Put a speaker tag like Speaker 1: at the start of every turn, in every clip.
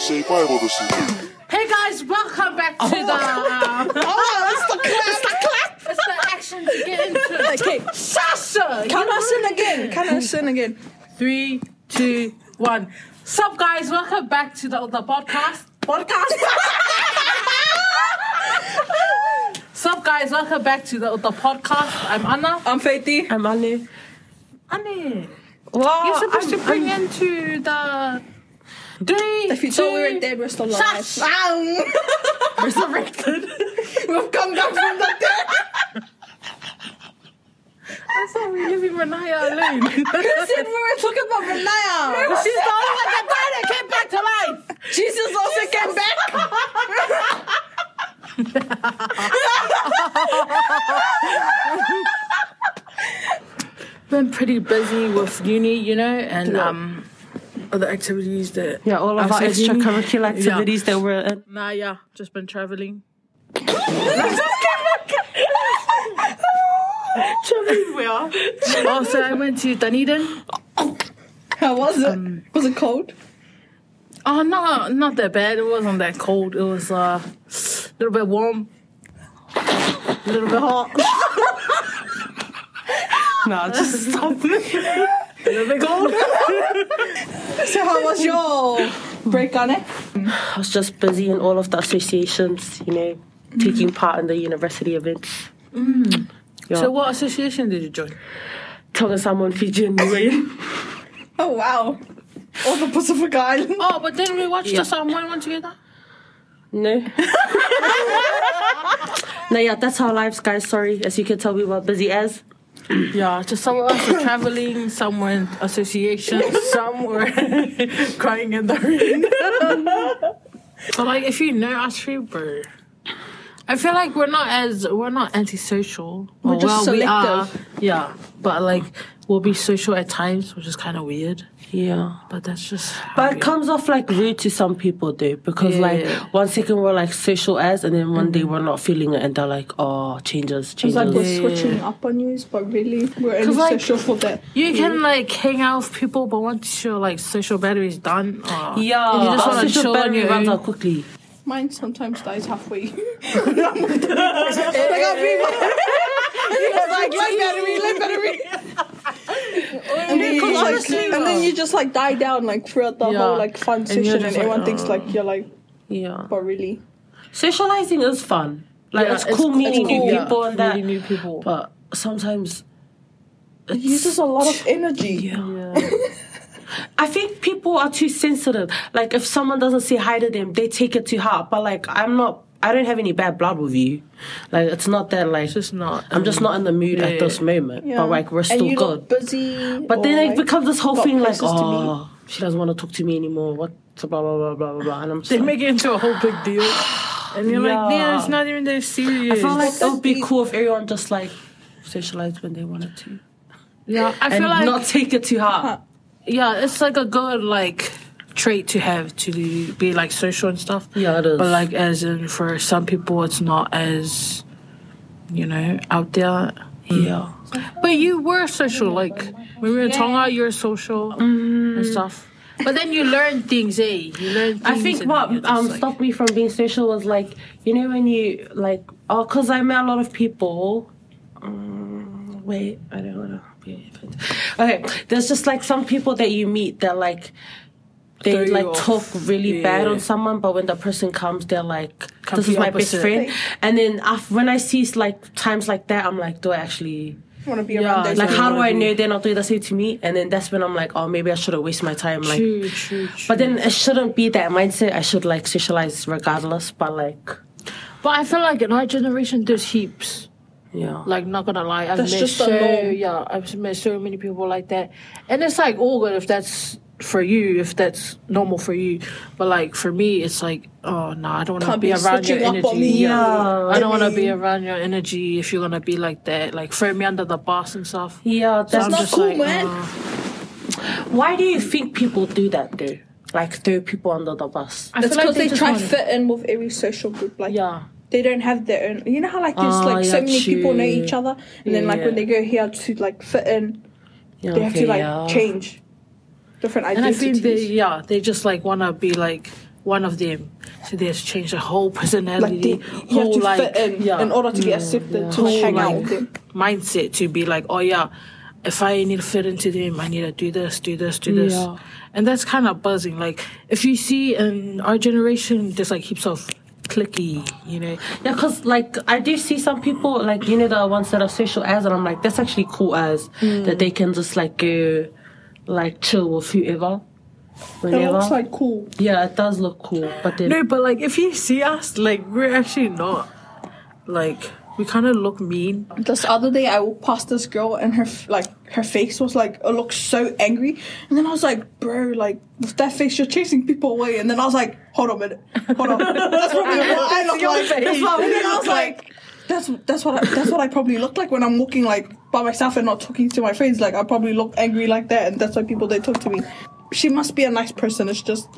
Speaker 1: say Bible this is
Speaker 2: Hey guys, welcome back to Oh, the. Um,
Speaker 3: Oh, it's the clap.
Speaker 2: it's the action to get into.
Speaker 3: Okay,
Speaker 2: Sasha!
Speaker 3: can I sin again? Can I sin again?
Speaker 2: Three, two, one. Sup, guys, welcome back to the, the podcast.
Speaker 3: Podcast.
Speaker 2: Sup, guys, welcome back to the, the podcast. I'm Anna.
Speaker 3: I'm Faithy.
Speaker 4: I'm Ali.
Speaker 2: Annie,
Speaker 4: Wow.
Speaker 2: you're supposed
Speaker 4: I'm-
Speaker 2: to bring
Speaker 4: I'm-
Speaker 2: into the. Three,
Speaker 3: If you
Speaker 2: two,
Speaker 3: thought we were dead, we're still alive.
Speaker 2: Shush.
Speaker 3: Ah,
Speaker 2: resurrected.
Speaker 3: We've come down from the dead.
Speaker 2: I thought we were leaving Renaya alone.
Speaker 3: Who said we were talking about Renaya?
Speaker 2: She's the only one that died and came back to life.
Speaker 3: Jesus also came back.
Speaker 2: Been pretty busy with uni, you know, and um,
Speaker 3: Other activities that
Speaker 4: yeah, all of our
Speaker 3: Outside uni.
Speaker 4: extracurricular activities that were uh, at.
Speaker 2: Nah, yeah, just been traveling. traveling where? Also, Oh, I went to Dunedin.
Speaker 3: How was it? was it cold?
Speaker 2: Oh, no, not that bad. It wasn't that cold. It was uh, a little bit warm, a little bit hot,
Speaker 4: Nah, just stop it.
Speaker 2: a little bit cold.
Speaker 3: So how was your break on it?
Speaker 4: I was just busy in all of the associations, you know, taking part in the university events. Yeah.
Speaker 2: So,
Speaker 4: So,
Speaker 2: what association did you join?
Speaker 4: Tonga Samoan Fiji and Niue.
Speaker 3: Oh wow. All the Pacific Island.
Speaker 2: Oh, but didn't we watch the Samoan one together?
Speaker 4: No. no, yeah, that's our lives, guys. Sorry. As you can tell, we were busy as.
Speaker 2: Yeah, just some of us were traveling, some were in association, some were crying in the rain. but like, if you know us, three, bro, I feel like we're not as we're not antisocial. We're
Speaker 3: just
Speaker 2: yeah, but like we'll be social at times, which is kind of weird.
Speaker 4: Yeah.
Speaker 2: But that's just. how
Speaker 4: But
Speaker 2: we
Speaker 4: it comes off like rude to some people, though, because like
Speaker 2: Yeah.
Speaker 4: one second we're like social as, and then one day we're not feeling it, and they're like, "Oh, changes,
Speaker 3: It's
Speaker 4: changes."
Speaker 3: like we're
Speaker 2: Yeah.
Speaker 3: switching up on news, but really we're only
Speaker 2: like-
Speaker 3: social for that.
Speaker 2: You can like hang out with people, but once your like social battery's done, uh, or
Speaker 4: yeah,
Speaker 2: you just
Speaker 4: our
Speaker 2: want to
Speaker 4: social
Speaker 2: chill on
Speaker 4: battery
Speaker 2: your
Speaker 4: runs
Speaker 2: own.
Speaker 4: out quickly.
Speaker 3: Mine sometimes dies halfway. like I'll be like light battery, light battery. And then, you
Speaker 2: Because
Speaker 3: just, like-
Speaker 2: honestly,
Speaker 3: and then you just like die down like throughout the
Speaker 2: Yeah.
Speaker 3: whole like fun
Speaker 2: you're
Speaker 3: session, and
Speaker 2: just like, oh.
Speaker 3: everyone thinks like you're like,
Speaker 4: Yeah,
Speaker 3: but really,
Speaker 4: socializing is fun. Like
Speaker 2: Yeah,
Speaker 4: it's, cool meeting
Speaker 3: cool.
Speaker 4: new
Speaker 3: Yeah,
Speaker 4: people and that,
Speaker 2: Really new people.
Speaker 4: but sometimes
Speaker 3: it uses a lot of energy.
Speaker 2: yeah.
Speaker 4: I think people are too sensitive. Like if someone doesn't say hi to them, they take it to heart. But like I'm not. I don't have any bad blood with you. Like it's not that like
Speaker 2: It's just not.
Speaker 4: I'm just not in the mood
Speaker 2: Yeah.
Speaker 4: at this moment.
Speaker 3: Yeah.
Speaker 4: But like we're
Speaker 3: and
Speaker 4: still
Speaker 3: you
Speaker 4: good.
Speaker 3: look busy.
Speaker 4: But then it becomes this whole
Speaker 3: got
Speaker 4: thing like,
Speaker 3: places to meet.
Speaker 4: oh, she doesn't want to talk to me anymore. What? So Blah blah blah blah blah blah. And I'm just
Speaker 2: They
Speaker 4: like,
Speaker 2: make it into a whole big deal. And you're like, yeah,
Speaker 4: Yeah.
Speaker 2: it's not even that serious.
Speaker 4: I feel like it would be
Speaker 3: That's
Speaker 4: cool if everyone just like socialized when they wanted to
Speaker 2: yeah, I
Speaker 4: and
Speaker 2: feel like
Speaker 4: not take it to heart.
Speaker 2: yeah, it's like a good like trait to have to be like social and stuff.
Speaker 4: Yeah, it is.
Speaker 2: But like as in for some people it's not as you know, out there.
Speaker 4: yeah,
Speaker 2: But you were social, like when we were in Tonga you were social and stuff. But then you learn things, eh? You learn things
Speaker 4: Mm-hmm. I think
Speaker 2: and
Speaker 4: what
Speaker 2: then you're just
Speaker 4: um
Speaker 2: like-
Speaker 4: stopped me from being social was like, you know, when you like, oh, because I met a lot of people. Um, wait, I don't want to be. Okay, there's just like some people that you meet that like.
Speaker 2: Throw
Speaker 4: They
Speaker 2: you
Speaker 4: like
Speaker 2: off.
Speaker 4: talk really bad on
Speaker 2: Yeah.
Speaker 4: someone, but when the person comes, they're like, "This
Speaker 2: Complete
Speaker 4: is my
Speaker 2: opposite.
Speaker 4: best friend." And then af when I see like times like that, I'm like, "Do I actually
Speaker 3: want to be
Speaker 2: Yeah,
Speaker 3: around those
Speaker 4: like?
Speaker 2: I
Speaker 4: How do
Speaker 2: wanna
Speaker 4: I
Speaker 2: be-
Speaker 4: know they're not doing the same to me?" And then that's when I'm like, "Oh, maybe I should have wasted my time." Like,
Speaker 2: True, true, true.
Speaker 4: but then it shouldn't be that mindset. I should like socialize regardless, but like,
Speaker 2: But I feel like in our generation there's heaps.
Speaker 4: yeah.
Speaker 2: Like not gonna lie, I've
Speaker 3: That's
Speaker 2: met
Speaker 3: just the
Speaker 2: so
Speaker 3: norm.
Speaker 2: yeah, I've met so many people like that, and it's like all good if that's for you, if that's normal for you. But like for me, it's like oh no, I don't want to
Speaker 3: Can't
Speaker 2: be,
Speaker 3: be
Speaker 2: around your
Speaker 3: switching up on
Speaker 2: energy.
Speaker 3: me.
Speaker 4: Yeah.
Speaker 2: I don't want to
Speaker 3: Every-
Speaker 2: be around your energy if you're gonna be like that. Like throw me under the bus and stuff.
Speaker 4: Yeah, that's
Speaker 2: I'm
Speaker 3: not
Speaker 4: not.
Speaker 2: just
Speaker 3: cool,
Speaker 2: like,
Speaker 3: man.
Speaker 2: uh,
Speaker 4: Why do you think people do that though? Like throw people under the bus.
Speaker 2: I
Speaker 3: That's
Speaker 2: feel like
Speaker 3: because they,
Speaker 2: just
Speaker 3: try
Speaker 2: wanna-
Speaker 3: fit in with every social group. Like
Speaker 2: Yeah,
Speaker 3: they don't have their own. You know how like there's
Speaker 4: Ah,
Speaker 3: like so
Speaker 4: yeah,
Speaker 3: many people know
Speaker 4: true.
Speaker 3: each other, and then like when
Speaker 4: Yeah.
Speaker 3: they go here to like fit in,
Speaker 4: Yeah,
Speaker 3: they have to
Speaker 4: okay,
Speaker 3: like
Speaker 4: yeah.
Speaker 3: change. different
Speaker 2: And I think
Speaker 3: identities.
Speaker 2: they, yeah, they just like wanna be like one of them. So they just change their whole
Speaker 3: like they,
Speaker 2: personality,
Speaker 3: you have
Speaker 2: whole
Speaker 3: to
Speaker 2: like
Speaker 3: fit in
Speaker 2: yeah,
Speaker 3: in order to get accepted to
Speaker 2: whole
Speaker 3: hang out
Speaker 2: like
Speaker 3: with them.
Speaker 2: mindset to be like, oh yeah, if I need to fit into them, I need to do this, do this, do this,
Speaker 4: Yeah.
Speaker 2: and that's kind of buzzing. Like if you see in our generation, there's like heaps of clicky, you know,
Speaker 4: Yeah, because like I do see some people like you know the ones that are social as, and I'm like that's actually cool as
Speaker 2: Hmm.
Speaker 4: that they can just like go, like chill with whoever,
Speaker 3: It
Speaker 4: whenever.
Speaker 3: looks like cool.
Speaker 4: yeah, it does look cool, but then
Speaker 2: No, but like if you see us, like we're actually not. Like we kind of look mean.
Speaker 3: This other day, I walked past this girl, and her f- like her face was like it looked so angry. And then I was like, "Bro, like with that face, you're chasing people away." And then I was like, "Hold on a minute, hold on." That's probably what I look
Speaker 4: your
Speaker 3: like.
Speaker 4: face.
Speaker 3: That's what I, and then I was like, "That's that's what I, that's what I probably look like when I'm walking like by myself and not talking to my friends. Like I probably look angry like that, and that's why people don't talk to me." She must be a nice person. It's just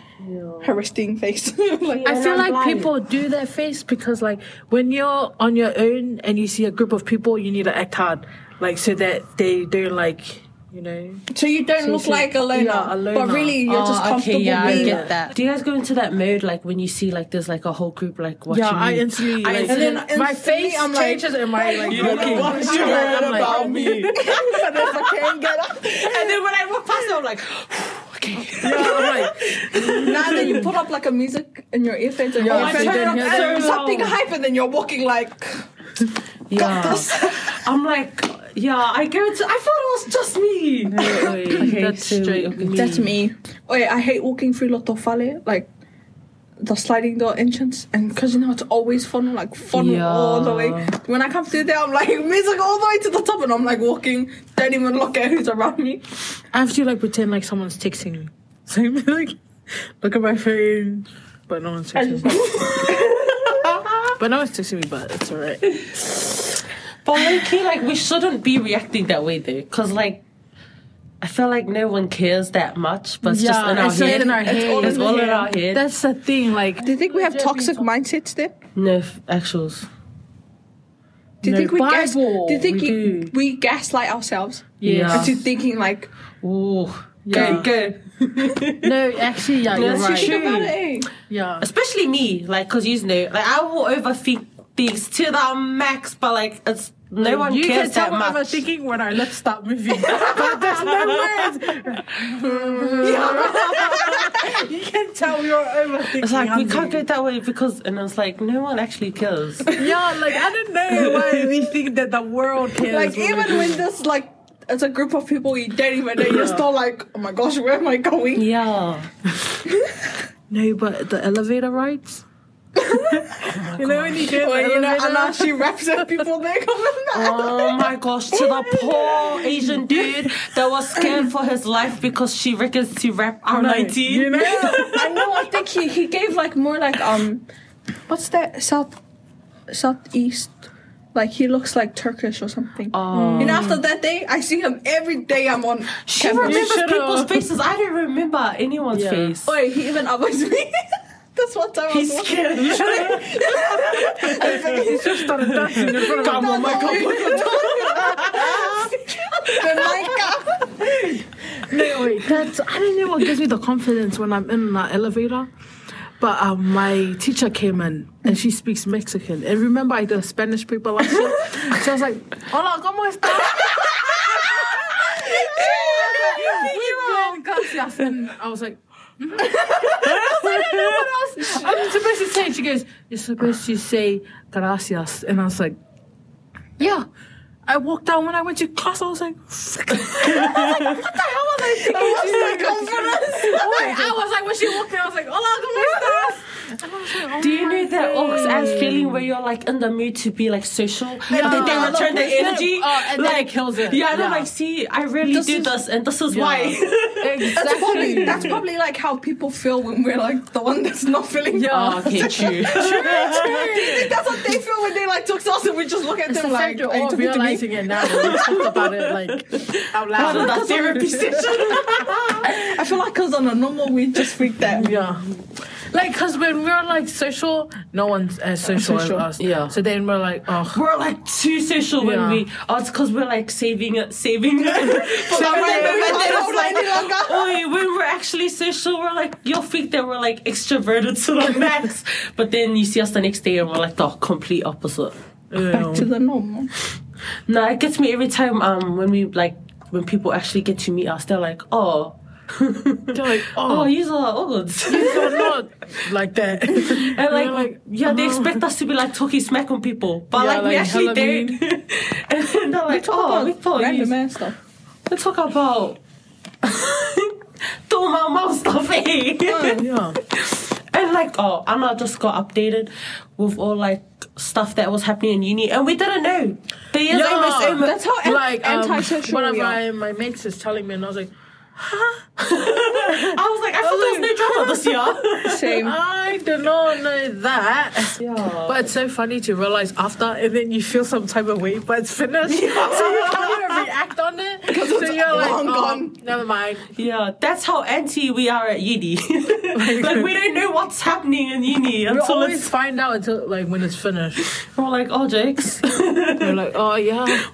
Speaker 3: her resting face. like,
Speaker 2: I feel
Speaker 4: I'm
Speaker 2: like
Speaker 4: blind.
Speaker 2: people do their face because like when you're on your own and you see a group of people, you need to act hard, like so that they don't like you know.
Speaker 3: so you don't
Speaker 2: So
Speaker 3: look
Speaker 2: she-
Speaker 3: like a loner,
Speaker 2: yeah, a
Speaker 3: but
Speaker 2: loner.
Speaker 3: really you're just
Speaker 5: Oh,
Speaker 3: comfortable
Speaker 5: okay, yeah, I
Speaker 3: being
Speaker 5: get that.
Speaker 4: do you guys go into that mode like when you see like there's like a whole group like watching?
Speaker 2: Yeah, I
Speaker 4: you?
Speaker 2: instantly.
Speaker 4: I
Speaker 2: Like,
Speaker 3: And then
Speaker 2: my
Speaker 3: instantly
Speaker 2: face
Speaker 3: I'm like,
Speaker 2: changes and my like
Speaker 5: You don't
Speaker 2: looking.
Speaker 5: know what you heard
Speaker 2: I'm like,
Speaker 5: about me.
Speaker 3: but there's a can get up.
Speaker 4: and then when I walk past, them, I'm like, okay.
Speaker 2: yeah, I'm like,
Speaker 3: Now that you put up like a music in your earphones and
Speaker 2: Yeah,
Speaker 3: your
Speaker 2: so you
Speaker 3: turn
Speaker 2: don't
Speaker 3: up
Speaker 2: hear
Speaker 3: and
Speaker 2: them.
Speaker 3: something hype and then you're walking like got
Speaker 4: Yeah,
Speaker 3: this.
Speaker 4: I'm like, yeah. I go to. I thought it was just me. Okay,
Speaker 2: that's
Speaker 4: so-
Speaker 2: straight.
Speaker 4: okay.
Speaker 2: mean.
Speaker 3: That's me. Oh yeah, I hate walking through Lotofale, like the sliding door entrance, and because you know it's always funnel, like funnel
Speaker 4: Yeah.
Speaker 3: all the way. When I come through there, I'm like music all the way to the top, and I'm like walking, don't even look at who's around me.
Speaker 2: I have to like pretend like someone's texting me. So I'm like, look at my phone, but no one's texting me. but no one's texting me, but it's alright.
Speaker 4: But okay, like we shouldn't be reacting that way though, because like I feel like no one cares that much, but it's just in our
Speaker 2: it's
Speaker 4: head.
Speaker 2: in our head.
Speaker 4: all It's in all in our head. head.
Speaker 2: That's the thing. Like,
Speaker 3: Do you think we have toxic mindsets there?
Speaker 4: no f- actuals.
Speaker 3: Do you
Speaker 2: No,
Speaker 3: think we gas? Do
Speaker 2: Bible,
Speaker 3: you think
Speaker 2: we
Speaker 3: you-
Speaker 2: do.
Speaker 3: we gaslight ourselves
Speaker 4: Yeah.
Speaker 3: into thinking like
Speaker 4: Ooh.
Speaker 2: Yeah.
Speaker 4: Go go.
Speaker 2: no, actually, yeah, you're
Speaker 4: That's
Speaker 2: right.
Speaker 4: true.
Speaker 3: think about it? eh?
Speaker 2: Yeah,
Speaker 4: Especially me, like, cause you know, like I will overthink things to the max, but like it's no one
Speaker 2: Mm, you
Speaker 4: cares
Speaker 2: can tell
Speaker 4: that
Speaker 2: I'm
Speaker 4: much.
Speaker 2: overthinking when our lips stop moving. but there's no words. you can tell you're overthinking.
Speaker 4: It's like we can't
Speaker 2: honey.
Speaker 4: go that way because, and it's like no one actually cares.
Speaker 2: Yeah, like I don't know why we think that the world cares.
Speaker 3: Like
Speaker 2: what we
Speaker 3: even
Speaker 2: do.
Speaker 3: when this like it's a group of people you don't even know, you're still like, oh my gosh, where am I going?
Speaker 4: yeah.
Speaker 2: no, but the elevator rides. you know when you get
Speaker 3: Well,
Speaker 2: the
Speaker 3: you know,
Speaker 2: elevator?
Speaker 3: Anna, she raps at people there.
Speaker 4: Oh my gosh, to the poor Asian dude that was scared for his life because she reckons to rap R19.
Speaker 2: You know.
Speaker 3: I know. I think he, he gave like more like um, what's that south southeast? Like he looks like Turkish or something. Um,
Speaker 4: Oh.
Speaker 3: You know, after that day, I see him every day. I'm on.
Speaker 4: She
Speaker 3: campus.
Speaker 4: remembers
Speaker 2: should've-
Speaker 4: people's faces. I don't remember anyone's
Speaker 2: Yeah. Oh,
Speaker 4: face.
Speaker 3: Wait, he even upwards me. That's one time I was
Speaker 4: He's
Speaker 3: watching.
Speaker 4: scared. You should've-
Speaker 2: He's just started dancing in front of
Speaker 4: Come on, Michael.
Speaker 3: Then like,
Speaker 2: No, wait, that's I don't know what gives me the confidence when I'm in that elevator. But um, my teacher came in and she speaks Mexican. And remember, I did Spanish paper last year. so I was like, "Hola, cómo está?" Muy bien, gracias. And I was like. "Hmm?" I was like, I don't know what else I'm supposed to say. She goes, You're supposed to say gracias. And I was like, Yeah. I walked down when I went to class. I was like, I was like, when she walked in, I was like, hola, ¿cómo estás?
Speaker 4: Do you know that ox ass feeling where you're like in the mood to be like social, but then they
Speaker 2: Yeah.
Speaker 4: return the energy?
Speaker 2: Oh, and then it
Speaker 4: like,
Speaker 2: kills it.
Speaker 4: Yeah, and I'm
Speaker 2: Yeah.
Speaker 4: like, see, I really do this, and this is why.
Speaker 3: that's probably
Speaker 2: Exactly.
Speaker 3: that's probably like how people feel when we're like the one that's not feeling.
Speaker 2: Yeah.
Speaker 4: oh, okay, true.
Speaker 3: think that's what they feel when they like talk to us and we just look at
Speaker 2: It's
Speaker 3: them
Speaker 2: the fact
Speaker 3: like,
Speaker 2: you're all realizing it now. when We talk about it like out
Speaker 4: Out of
Speaker 2: loud.
Speaker 4: the therapy session.
Speaker 3: I feel like because on a normal we just freak that.
Speaker 2: Yeah. Like, because when we're like social, no one's
Speaker 3: Oh,
Speaker 2: as social,
Speaker 4: Social,
Speaker 2: as us.
Speaker 5: yeah.
Speaker 2: So then we're like, oh,
Speaker 4: We're like too social
Speaker 2: Yeah.
Speaker 4: when we. Oh, it's because we're like saving it, saving it. for
Speaker 3: Sorry,
Speaker 4: when
Speaker 3: but
Speaker 4: we're
Speaker 3: I
Speaker 4: like-
Speaker 3: don't like any longer.
Speaker 4: Oh, yeah, when we're actually social, we're like you'll think that we're like extroverted to the max, but then you see us the next day and we're like the complete opposite.
Speaker 3: Back to the normal.
Speaker 4: No, it gets me every time. Um, when we like when people actually get to meet us, they're like, oh.
Speaker 2: they're like,
Speaker 4: Oh,
Speaker 2: oh,
Speaker 4: these are odds.
Speaker 2: you're not like that.
Speaker 4: And like,
Speaker 2: We're like,
Speaker 4: yeah, they
Speaker 2: uh-huh.
Speaker 4: expect us to be like talking smack on people,
Speaker 2: Yeah,
Speaker 4: but like, we
Speaker 2: like,
Speaker 4: actually
Speaker 2: hella
Speaker 4: don't. and then they're like,
Speaker 3: Talk
Speaker 4: oh, we
Speaker 3: about
Speaker 4: thought you
Speaker 3: random ass stuff.
Speaker 4: Let's talk about do my mouth stuff eh?
Speaker 2: yeah.
Speaker 4: and like oh Anna just got updated with all like stuff that was happening in uni and we didn't know the years
Speaker 2: Yeah.
Speaker 4: almost over
Speaker 3: That's how an-
Speaker 2: Like, um,
Speaker 3: antisocial
Speaker 2: one of
Speaker 3: we are.
Speaker 2: my, my mates is telling me, and I was like,
Speaker 4: I was like I thought there was no drama this year
Speaker 3: Same.
Speaker 2: I did not know that.
Speaker 4: Yeah.
Speaker 2: But it's so funny to realize after, and then you feel some type of way, but it's finished. So you can't even react on it. Because so you're like,
Speaker 3: long
Speaker 2: oh,
Speaker 3: gone.
Speaker 2: never mind.
Speaker 4: yeah that's how anti we are at uni like we don't know what's happening in uni
Speaker 2: You
Speaker 4: until
Speaker 2: always
Speaker 4: it's
Speaker 2: find out until like when it's finished.
Speaker 4: we're like oh jokes
Speaker 2: You're like, oh yeah.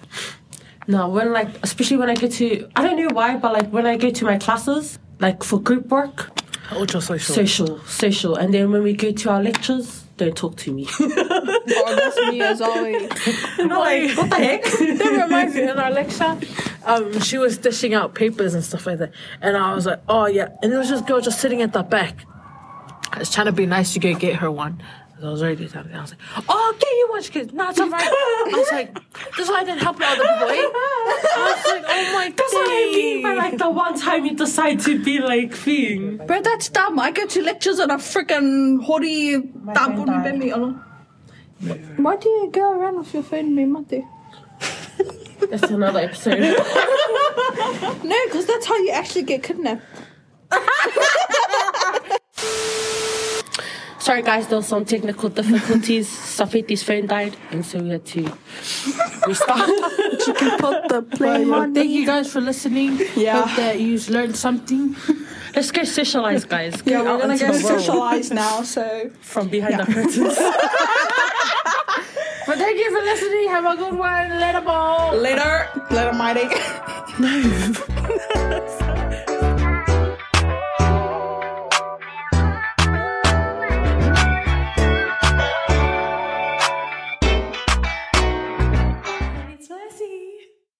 Speaker 4: No, when like especially when I go to I don't know why, but like when I go to my classes, like for group work,
Speaker 2: Ultra social.
Speaker 4: social, social, and then when we go to our lectures, don't talk to me.
Speaker 3: Oh, that's me as always.
Speaker 4: and I'm like, what the heck?
Speaker 2: that reminds me in our lecture, um, she was dishing out papers and stuff like that. And I was like, oh yeah. And there was this girl just sitting at the back. I was trying to be nice to go get her one. 'Cause I was already telling her. I was like, oh, I'll get you one. She goes, no, it's all right. I was like, that's why I didn't help the other boy. I was like, oh my god.
Speaker 4: That's what I mean by like the one time you decide to be like thing.
Speaker 3: Bro, that's dumb. I go to lectures and I'm freaking hori tabuni bemi alone. Why do you go around with your phone, me mate?
Speaker 4: That's another episode.
Speaker 3: No, because that's how you actually get kidnapped.
Speaker 4: Sorry guys, there were some technical difficulties. Safeti's phone died, and so we had to restart.
Speaker 3: Put the play
Speaker 2: Thank you guys for listening.
Speaker 3: Yeah.
Speaker 2: Hope that you've learned something.
Speaker 4: Let's go socialize, guys. Get
Speaker 3: Yeah, we're
Speaker 4: out
Speaker 3: gonna
Speaker 4: into
Speaker 3: go
Speaker 4: the world
Speaker 3: socialize now. So
Speaker 4: from behind the curtains.
Speaker 2: But thank you for listening. Have a good one. Later, ball.
Speaker 3: later, later, mighty.